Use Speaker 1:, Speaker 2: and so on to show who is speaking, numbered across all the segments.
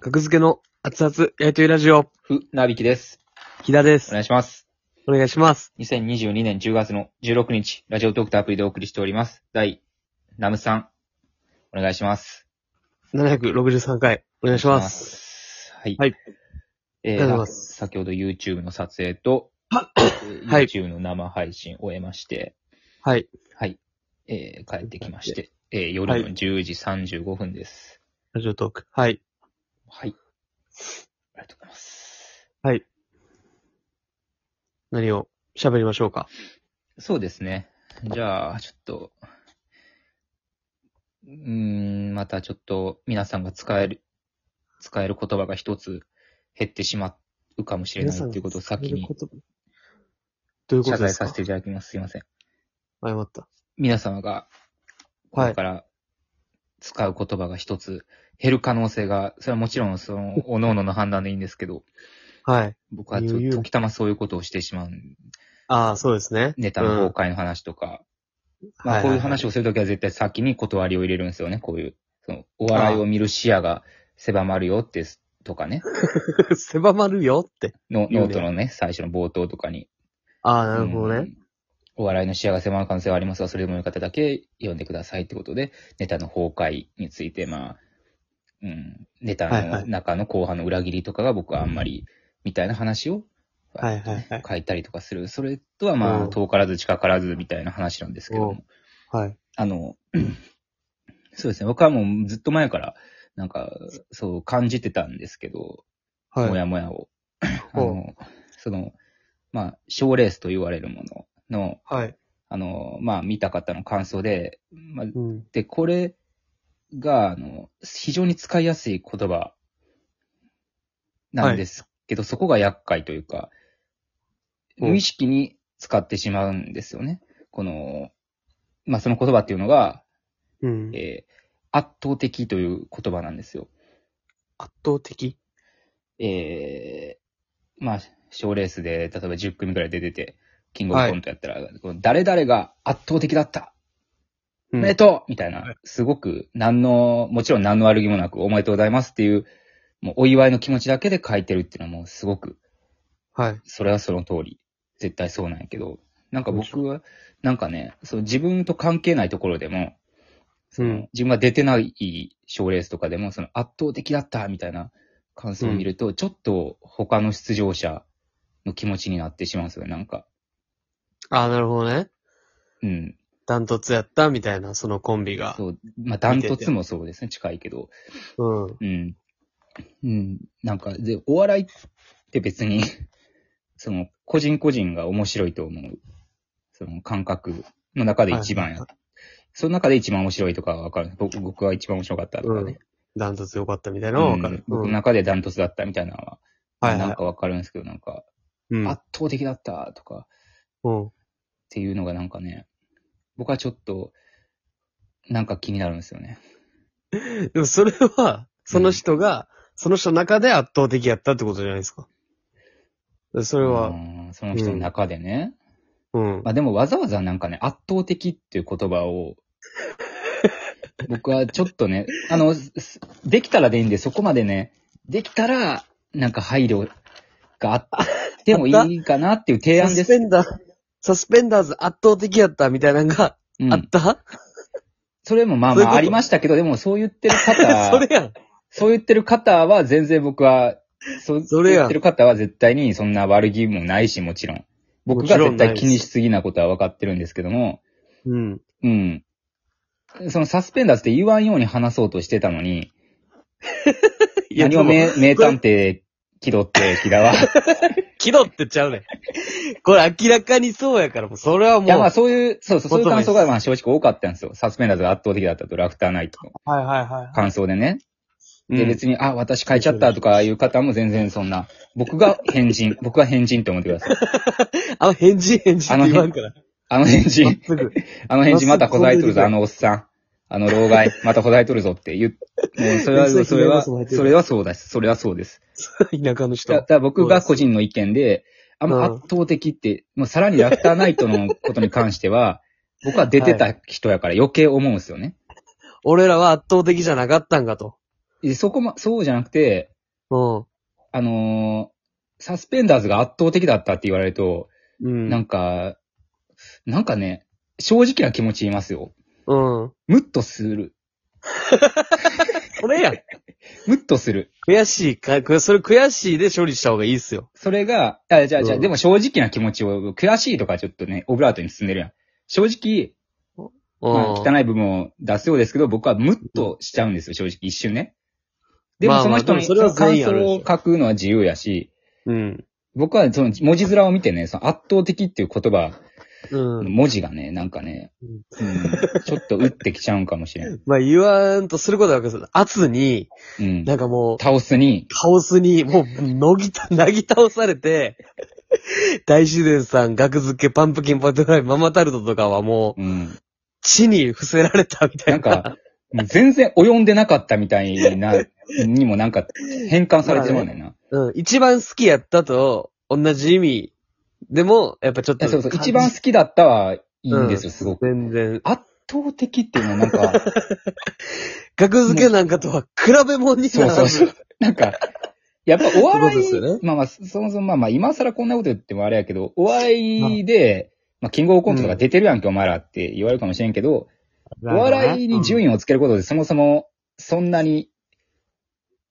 Speaker 1: 格付けの熱々やりとりラジオ、
Speaker 2: ふ、なびきです。
Speaker 1: 木田で
Speaker 2: お
Speaker 1: す。
Speaker 2: 願いします。
Speaker 1: お願いします。
Speaker 2: 2022年10月の16日、ラジオトークとアプリでお送りしております。第、ナムさん、お願いします。
Speaker 1: 763回、お
Speaker 2: お
Speaker 1: 願いします。
Speaker 2: す。はい。
Speaker 1: はい。
Speaker 2: え
Speaker 1: お願いし
Speaker 2: ー、
Speaker 1: ます
Speaker 2: 先ほど YouTube の撮影と、えー
Speaker 1: はい
Speaker 2: YouTube の生配信を終えまして、
Speaker 1: はい。
Speaker 2: はい。えー、帰ってきまして、えー、夜の10時35分です。
Speaker 1: ラジオトーク。はい。
Speaker 2: はい。ありがとうございます。
Speaker 1: 何を喋りましょうか。
Speaker 2: そうですね。じゃあ、ちょっと、うーん、またちょっと皆さんが使える、使える言葉が一つ減ってしまうかもしれないっていうことを先に
Speaker 1: どういうこと
Speaker 2: 謝
Speaker 1: で
Speaker 2: 罪
Speaker 1: すか
Speaker 2: させていただきます。すいません。
Speaker 1: 謝った。
Speaker 2: 皆様が、こ
Speaker 1: はい
Speaker 2: れから使う言葉が一つ減る可能性が、それはもちろんその、おののの判断でいいんですけど、
Speaker 1: はい。
Speaker 2: 僕はちょ
Speaker 1: 言
Speaker 2: っ
Speaker 1: う
Speaker 2: と
Speaker 1: よ
Speaker 2: 時たまそういうことをしてしまうん
Speaker 1: ああ、そうですね。
Speaker 2: ネタの崩壊の話とか、まあ、こういう話をするときは絶対先に断りを入れるんですよね、こういう。そのお笑いを見る視野が狭まるよってす、とかね。
Speaker 1: を。 狭まるよって。
Speaker 2: の
Speaker 1: 言うね
Speaker 2: ノートのね、最初の冒頭とかに。
Speaker 1: ああ、なるほどね。
Speaker 2: うんお笑いの視野が狭まる可能性がありますが、それでもよかっただけ読んでくださいってことで、ネタの崩壊について、まあ、うん、ネタ
Speaker 1: はいは
Speaker 2: の
Speaker 1: い
Speaker 2: 中の後半の裏切りとかが僕はあんまり、みたいな話を、
Speaker 1: はいはいはい
Speaker 2: 書いたりとかする。それとはま
Speaker 1: う
Speaker 2: あ、
Speaker 1: ん
Speaker 2: 遠からず近からずみたいな話なんですけども
Speaker 1: うん。はい。
Speaker 2: あの、 そうですね。僕はもうずっと前から、なんか、そう感じてたんですけど、も
Speaker 1: はい。
Speaker 2: やもやを。あ
Speaker 1: ほう
Speaker 2: の、その、まあ、賞レースと言われるものの、
Speaker 1: はい。
Speaker 2: あの、まあ、見た方の感想で、まあ、
Speaker 1: うん。
Speaker 2: で、これが、あの、非常に使いやすい言葉なんですけど、そこが厄介というか、
Speaker 1: うん
Speaker 2: 無意識に使ってしまうんですよね。この、まあ、その言葉っていうのが、
Speaker 1: うん。
Speaker 2: えー圧倒的という言葉なんですよ。
Speaker 1: 圧倒的
Speaker 2: えーまあ、賞レースで、例えば10組くらい出てて、キングオブコントやったら、この誰々が圧倒的だった、
Speaker 1: う
Speaker 2: お
Speaker 1: ん
Speaker 2: めでとうみたい
Speaker 1: は
Speaker 2: な、すごく、何の、もちろん何の悪気もなく、おめでとうございますっていう、もうお祝いの気持ちだけで書いてるっていうのはもうすごく、
Speaker 1: はい。
Speaker 2: それはその通り。絶対そうなんやけど、なんか僕は、なんかね、そう自分と関係ないところでも、その
Speaker 1: うん
Speaker 2: 自分が出てない賞レースとかでも、その圧倒的だったみたいな感想を見ると、ちょっと他の出場者の気持ちになってしまうんですよね、なんか。
Speaker 1: ああ、なるほどね。
Speaker 2: うん。
Speaker 1: ダントツやったみたいな、そのコンビが。
Speaker 2: そう。まあ、ダントツもそうですね、近いけど。
Speaker 1: うん。
Speaker 2: うん。うん。なんか、で、お笑いって別に、 その、個人個人が面白いと思う。その感覚の中で一番や。
Speaker 1: は
Speaker 2: その中で一番面白いとかはわかる。僕僕が一番面白かったとかね。
Speaker 1: ダントツ良かったみたいな
Speaker 2: う
Speaker 1: のはわ
Speaker 2: ん
Speaker 1: かる。
Speaker 2: 僕
Speaker 1: う
Speaker 2: の
Speaker 1: ん
Speaker 2: 中でダントツだったみたいなのは、
Speaker 1: はい
Speaker 2: なん
Speaker 1: は
Speaker 2: かわかるんですけど、なんか、
Speaker 1: い。うん。
Speaker 2: 圧倒的だったとかっ
Speaker 1: うん。
Speaker 2: ていうのがなんかね、僕はちょっと、なんか気になるんですよね。
Speaker 1: でもそれは、その人が、その人の中で圧倒的やったってことじゃないですか。それ
Speaker 2: う
Speaker 1: は、
Speaker 2: んその人の中でね。
Speaker 1: うん。
Speaker 2: まあでもわざわざなんかね、圧倒的っていう言葉を、僕はちょっとね、あの、すできたらでいいんで、そこまでね、できたら、なんか配慮があってもいいかなっていう提
Speaker 1: サ
Speaker 2: 案
Speaker 1: ス
Speaker 2: です。
Speaker 1: ペンダー、サスペンダーズ圧倒的やったみたいなのが
Speaker 2: うん
Speaker 1: あった、
Speaker 2: それもまあ
Speaker 1: そういう
Speaker 2: ま
Speaker 1: こ
Speaker 2: あ
Speaker 1: と
Speaker 2: ありましたけど、でもそう言ってる方、
Speaker 1: それやん。
Speaker 2: そう言ってる方は全然僕は、そう
Speaker 1: それやん
Speaker 2: 言ってる方は絶対にそんな悪気もないし、もちろん。僕が
Speaker 1: もちろ
Speaker 2: 絶
Speaker 1: んない
Speaker 2: 対
Speaker 1: です
Speaker 2: 気にしすぎなことは分かってるんですけども、
Speaker 1: うん。
Speaker 2: うん。そのサスペンダーズって言わんように話そうとしてたのに、
Speaker 1: いや、
Speaker 2: 何
Speaker 1: で
Speaker 2: を
Speaker 1: も、
Speaker 2: 名名探偵気取って、木田 は。い
Speaker 1: 気取ってちゃう ねん。これ明らかにそうやから、もうそれはもう。
Speaker 2: や、まあそういう、そうそう、そういう
Speaker 1: 求め
Speaker 2: 感
Speaker 1: です
Speaker 2: 想がまあ正直多かったんですよ。サスペンダーズが圧倒的だったと、ラフターナイトの
Speaker 1: はいはいは
Speaker 2: 感想でね。
Speaker 1: い。
Speaker 2: で、
Speaker 1: うん
Speaker 2: 別に、あ、私変えちゃったとかいう方も全然そんな、僕が変人、 僕が変人って思ってください。
Speaker 1: あの返事返事って言わんから。
Speaker 2: あの変
Speaker 1: まっ
Speaker 2: 人、
Speaker 1: すぐ。
Speaker 2: あの変人またこざえとるぞ、
Speaker 1: まっすぐ
Speaker 2: あのおっさん。あの老害、またこざえとるぞって言う。もうそれは、
Speaker 1: そう
Speaker 2: それは、
Speaker 1: そう
Speaker 2: それはそうです。それはそうです。
Speaker 1: 田舎の人
Speaker 2: だだ。から僕が個人の意見で、あんま圧倒的って、もうさらにラフターナイトのことに関して は、僕は出てた人やから余計思うんですよね。
Speaker 1: 俺らは圧倒的じゃなかったんかと。
Speaker 2: えそこま、そうじゃなくて、
Speaker 1: うん。
Speaker 2: あのーサスペンダーズが圧倒的だったって言われると、
Speaker 1: うん。
Speaker 2: なんか、なんかね、正直な気持ち言いますよ。
Speaker 1: うん。
Speaker 2: ムッとする。
Speaker 1: それやん。
Speaker 2: ムッとする。
Speaker 1: 悔しいか、くそれ悔しいで処理した方がいいっすよ。
Speaker 2: それが、あ、じゃあ、じゃ
Speaker 1: う
Speaker 2: あ、
Speaker 1: ん
Speaker 2: でも正直な気持ちを、悔しいとかちょっとね、オブラートに包んでるやん。正直、
Speaker 1: うん。
Speaker 2: まあ、汚い部分を出すようですけど、僕はムッとしちゃうんですよ、正直、一瞬ね。で
Speaker 1: ま
Speaker 2: も
Speaker 1: あ
Speaker 2: そ
Speaker 1: ま
Speaker 2: の
Speaker 1: あ
Speaker 2: 人に、
Speaker 1: でもそれは全員
Speaker 2: そ
Speaker 1: あ
Speaker 2: の感
Speaker 1: る
Speaker 2: 想を
Speaker 1: で
Speaker 2: 書くのは自由やし、
Speaker 1: うん。
Speaker 2: 僕はその文字面を見てね、その圧倒的っていう言葉、
Speaker 1: うん。
Speaker 2: 文字がね、なんかね、うんちょっと打ってきちゃうんかも しれん。
Speaker 1: まあ言わんとすることはわかるんです圧に、
Speaker 2: うん。
Speaker 1: なんかもう、
Speaker 2: 倒すに、
Speaker 1: カオスに、もう、のぎた、 なぎ倒されて、大自然さん、額付け、パンプキン、パトライ、ママタルトとかはもう、
Speaker 2: うん。
Speaker 1: 地に伏せられたみたいな。
Speaker 2: なんか、もう全然及んでなかったみたいな、にもなんか変換されてもらうねんな。
Speaker 1: うん、一番好きやったと、同じ意味。でも、やっぱちょっ
Speaker 2: いや
Speaker 1: と。
Speaker 2: そうそう、一番好きだったはいいんですよ、すごく。
Speaker 1: 全然。
Speaker 2: 圧倒的っていうのはなんか、
Speaker 1: 額付けなんかとは比べ物に
Speaker 2: そう
Speaker 1: なら
Speaker 2: そ
Speaker 1: ん
Speaker 2: うそう。 なんか、やっぱお笑
Speaker 1: そういうことですよ
Speaker 2: い、
Speaker 1: ね
Speaker 2: まあまあ、そもそもまあまあ、今更こんなこと言ってもあれやけど、お笑いで、まあ、キングオブコントとか出てるやんけ、お前らって言われるかもしれんけど、お笑いに順位をつけることで、そもそも、そんなに、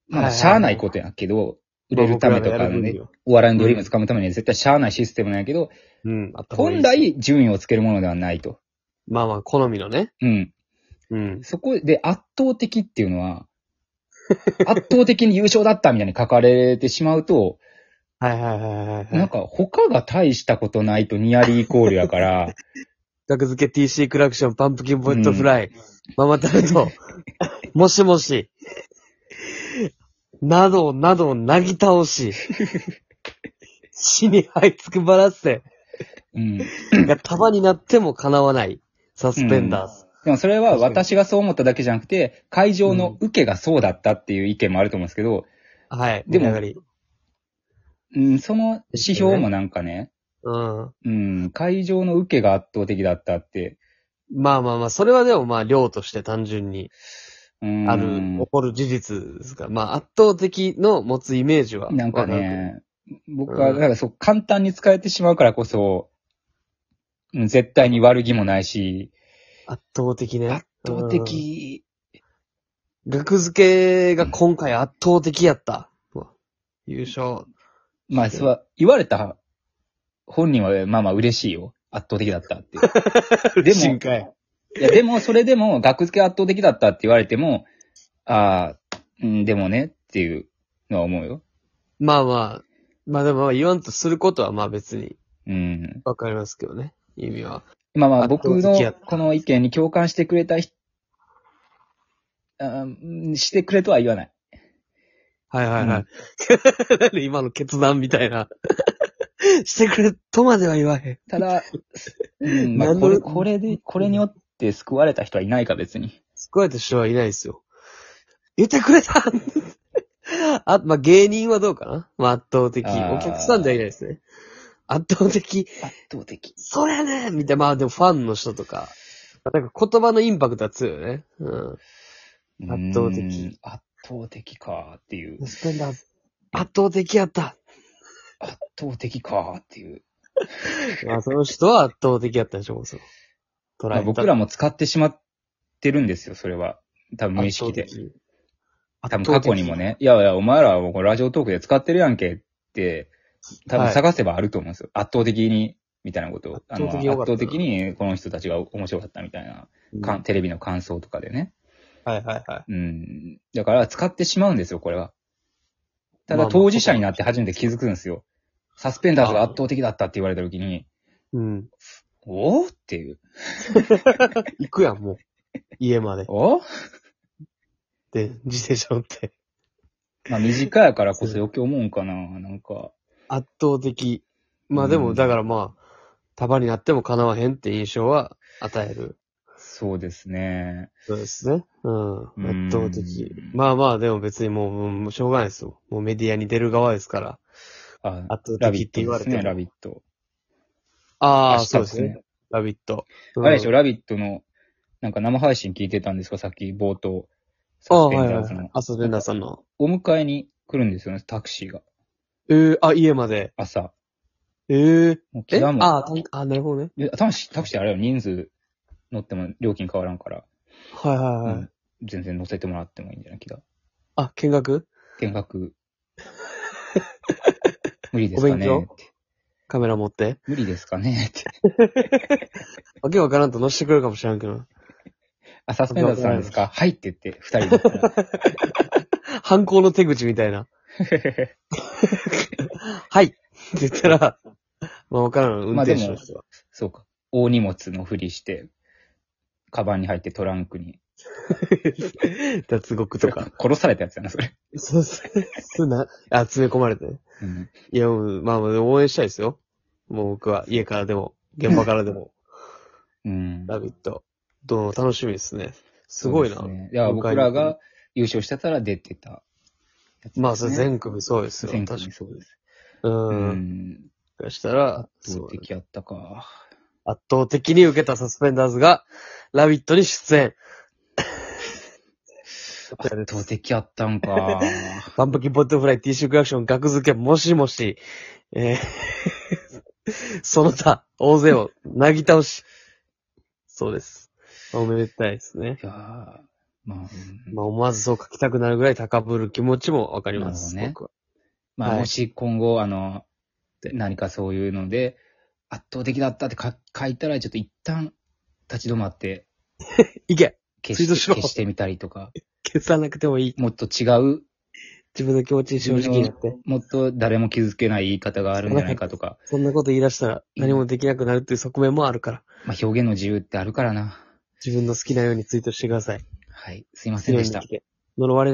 Speaker 2: ま
Speaker 1: は
Speaker 2: あ、
Speaker 1: いはい
Speaker 2: しゃあないことやけど、売れるためと
Speaker 1: まあ僕ら
Speaker 2: か
Speaker 1: がやる分
Speaker 2: ね
Speaker 1: には、
Speaker 2: お笑いのドリーム掴むためには絶対しゃあないシステムなんやけど、
Speaker 1: うん。あった方がいい
Speaker 2: 本来順位をつけるものではないと。
Speaker 1: まあまあ、好みのね。
Speaker 2: うん。
Speaker 1: うん。
Speaker 2: そこで圧倒的っていうの は、圧倒的に優勝だったみたいに書かれてしまうと、
Speaker 1: はいはいはいはいは
Speaker 2: なん
Speaker 1: い。
Speaker 2: か他が大したことないとニアリーイコールやから、
Speaker 1: 額付け TC クラクション、パンプキンポイントフライ、ママタル ト、もしもし、などなどなぎ倒し、死に這いつくばらせ、
Speaker 2: うん。で
Speaker 1: が束になっても叶わない、サスペンダーズ。
Speaker 2: もそれは私がそう思っただけじゃなくて、会場の受けがそうだったっていう意見もあると思うんですけど、
Speaker 1: はい。
Speaker 2: でも
Speaker 1: 盛り上がり
Speaker 2: うん、その指標もなんかね、
Speaker 1: うん。
Speaker 2: うん、会場の受けが圧倒的だったって、
Speaker 1: まあまあまあ、それはでもまあ、量として単純に
Speaker 2: うん、
Speaker 1: ある、起こる事実ですから、まあ、圧倒的の持つイメージは。
Speaker 2: なんか
Speaker 1: わる。
Speaker 2: ね、僕は、だからそう、簡単に使えてしまうからこそ、うん絶対に悪気もないし、
Speaker 1: 圧倒的ね。
Speaker 2: 圧倒的、
Speaker 1: 額付けが今回圧倒的やった。優勝。
Speaker 2: まあ、そうは、言われた本人は、まあまあ嬉しいよ。圧倒的だった って。 でも、
Speaker 1: 新海
Speaker 2: いや、でも、それでも、学付け圧倒的だったって言われても、ああ、うん、でもね、っていうのは思うよ。
Speaker 1: まあまあ、まあでもまあ言わんとすることはまあ別に
Speaker 2: うん。
Speaker 1: わかりますけどね。意味は。
Speaker 2: まあまあ、
Speaker 1: 圧倒
Speaker 2: 僕
Speaker 1: 的や
Speaker 2: の
Speaker 1: った
Speaker 2: この意見に共感してくれた人、あーしてくれとは言わない。
Speaker 1: はいはいはい。 何今の決断みたいな。 してくれとまでは言わへん。
Speaker 2: ただ、うん、ま
Speaker 1: な
Speaker 2: あ、
Speaker 1: ん
Speaker 2: これ、
Speaker 1: の
Speaker 2: これで、これによって救われた人はいないか、別に。
Speaker 1: 救われた人はいないですよ。言ってくれた あ、まあ芸人はどうかなまあ圧倒的。
Speaker 2: あー
Speaker 1: お客さんではいないですね。圧倒的。
Speaker 2: 圧倒的。
Speaker 1: それねみたいな。まあでもファンの人とか。なんか言葉のインパクトは強いよね。うん。圧倒的
Speaker 2: うん。圧倒的か、っていう。
Speaker 1: サスペンダーズ。圧倒的やった。
Speaker 2: 圧倒的か、っていう。
Speaker 1: まあその人は圧倒的やったでしょ、もうその捉
Speaker 2: まあ、僕らも使ってしまってるんですよ、それは。多分無意識で。。多分過去にも。ね、いやいや、お前らはもうこれラジオトークで使ってるやんけって、多分探せばあると思うんですよ。圧倒的に、みたいなことを。あの
Speaker 1: 圧倒的に
Speaker 2: 圧
Speaker 1: 良かった
Speaker 2: 倒的にこの人たちが面白かったみたいな、かんテレビの感想とかでね。
Speaker 1: はいはいはい。
Speaker 2: うん。だから使ってしまうんですよ、これは。た
Speaker 1: まあま
Speaker 2: だ
Speaker 1: あ
Speaker 2: 当事者になって初めて気づくんですよ。サスペンダーズが圧倒的だったって言われた時に、
Speaker 1: うん。
Speaker 2: おおっていう。
Speaker 1: 行くやん、もう。家まで。
Speaker 2: お
Speaker 1: で、自転車乗って。
Speaker 2: まあ短いからこそ余計思うんかな、なんか。
Speaker 1: 圧倒的。まあで
Speaker 2: う
Speaker 1: も、
Speaker 2: ん
Speaker 1: だからまあ、束になっても叶わへんって印象は与える。
Speaker 2: そうですね。
Speaker 1: そうですね。うん。
Speaker 2: ん
Speaker 1: 圧倒的。まあまあ、でも別にもううん、もうしょうがないですよ。もうメディアに出る側ですから。
Speaker 2: あ、
Speaker 1: 圧
Speaker 2: ラ
Speaker 1: 倒
Speaker 2: ビ
Speaker 1: 的って言
Speaker 2: ットで
Speaker 1: われ
Speaker 2: す
Speaker 1: ても
Speaker 2: ね、ラビット。
Speaker 1: あ
Speaker 2: 明
Speaker 1: あ、
Speaker 2: 日
Speaker 1: そうですね。。ラビット。
Speaker 2: あれでしょ、
Speaker 1: うん
Speaker 2: ラビットの、なんか生配信聞いてたんですか、さっき冒頭。サスペンダーズの。
Speaker 1: あ、そう、レンダーさんの。
Speaker 2: お迎えに来るんですよね、タクシーが。
Speaker 1: えー、あ、家まで。
Speaker 2: 朝。
Speaker 1: えー、
Speaker 2: もう気
Speaker 1: え、
Speaker 2: がもう
Speaker 1: あ、たんあ、なるほどね。
Speaker 2: で多分しタクシーあれよ、人数乗っても料金変わらんから、
Speaker 1: はいはいはい。
Speaker 2: うん全然乗せてもらってもいいんじゃない気が。
Speaker 1: あ、見学
Speaker 2: 見学。無理ですかね
Speaker 1: お勉
Speaker 2: って
Speaker 1: カメラ持って。
Speaker 2: 無理ですかねって。
Speaker 1: わけわからんと乗してくれるかもしれんけど。
Speaker 2: あ、サスペンダーズさんですかはいって言って、二人で言ったら。
Speaker 1: 犯行の手口みたいな。 はい って言ったら、まあわからん。運
Speaker 2: まあで
Speaker 1: 転
Speaker 2: も
Speaker 1: 手の人は。
Speaker 2: そうか。大荷物のふりして、カバンに入ってトランクに。
Speaker 1: 脱獄とか。
Speaker 2: 殺されたやつやな、それ。
Speaker 1: そうそう。 そうな、あ、詰め込まれてね。
Speaker 2: うん。
Speaker 1: いや、うんまあ、まあ応援したいですよ。もう僕は、家からでも、現場からで も、
Speaker 2: うん。
Speaker 1: ラビット。どう楽しみですね。すごいな。
Speaker 2: そうですねいや、僕らが優勝してたら出てたやつですね。
Speaker 1: まあ、それ全組そうですよ。
Speaker 2: 全
Speaker 1: 確かに。
Speaker 2: 国そうです。う
Speaker 1: うん。
Speaker 2: ん。
Speaker 1: がしたら、
Speaker 2: 圧
Speaker 1: そう
Speaker 2: 倒的やったか。
Speaker 1: 圧倒的に受けたサスペンダーズが、ラビットに出演。
Speaker 2: 圧倒的やったんか。
Speaker 1: パンプキンポットフライ、ティッシュクラクション、額付け、もしもし、えー その他、大勢を、なぎ倒し。そうです。おめでたいですね。
Speaker 2: いやーまあ、うん
Speaker 1: まあ、思わずそう書きたくなるぐらい高ぶる気持ちもわかります。
Speaker 2: なるほどね
Speaker 1: 僕は
Speaker 2: まあ、
Speaker 1: はい
Speaker 2: もし今後、あの、何かそういうので、圧倒的だったってか書いたら、ちょっと一旦立ち止まって、
Speaker 1: いけ
Speaker 2: 消
Speaker 1: ツイート
Speaker 2: し
Speaker 1: しろ
Speaker 2: て、消してみたりとか、
Speaker 1: 消さなくてもいい。
Speaker 2: もっと違う、
Speaker 1: 自分の気持ちに正直になって。
Speaker 2: もっと誰も傷つけない言い方があるんじゃないかとか、
Speaker 1: そんなこと言い出したら何もできなくなるっていう側面もあるから。
Speaker 2: まあ、表現の自由ってあるからな。
Speaker 1: 自分の好きなようにツイートしてください。
Speaker 2: はい。すいませんでした
Speaker 1: 自由に生。きて呪われない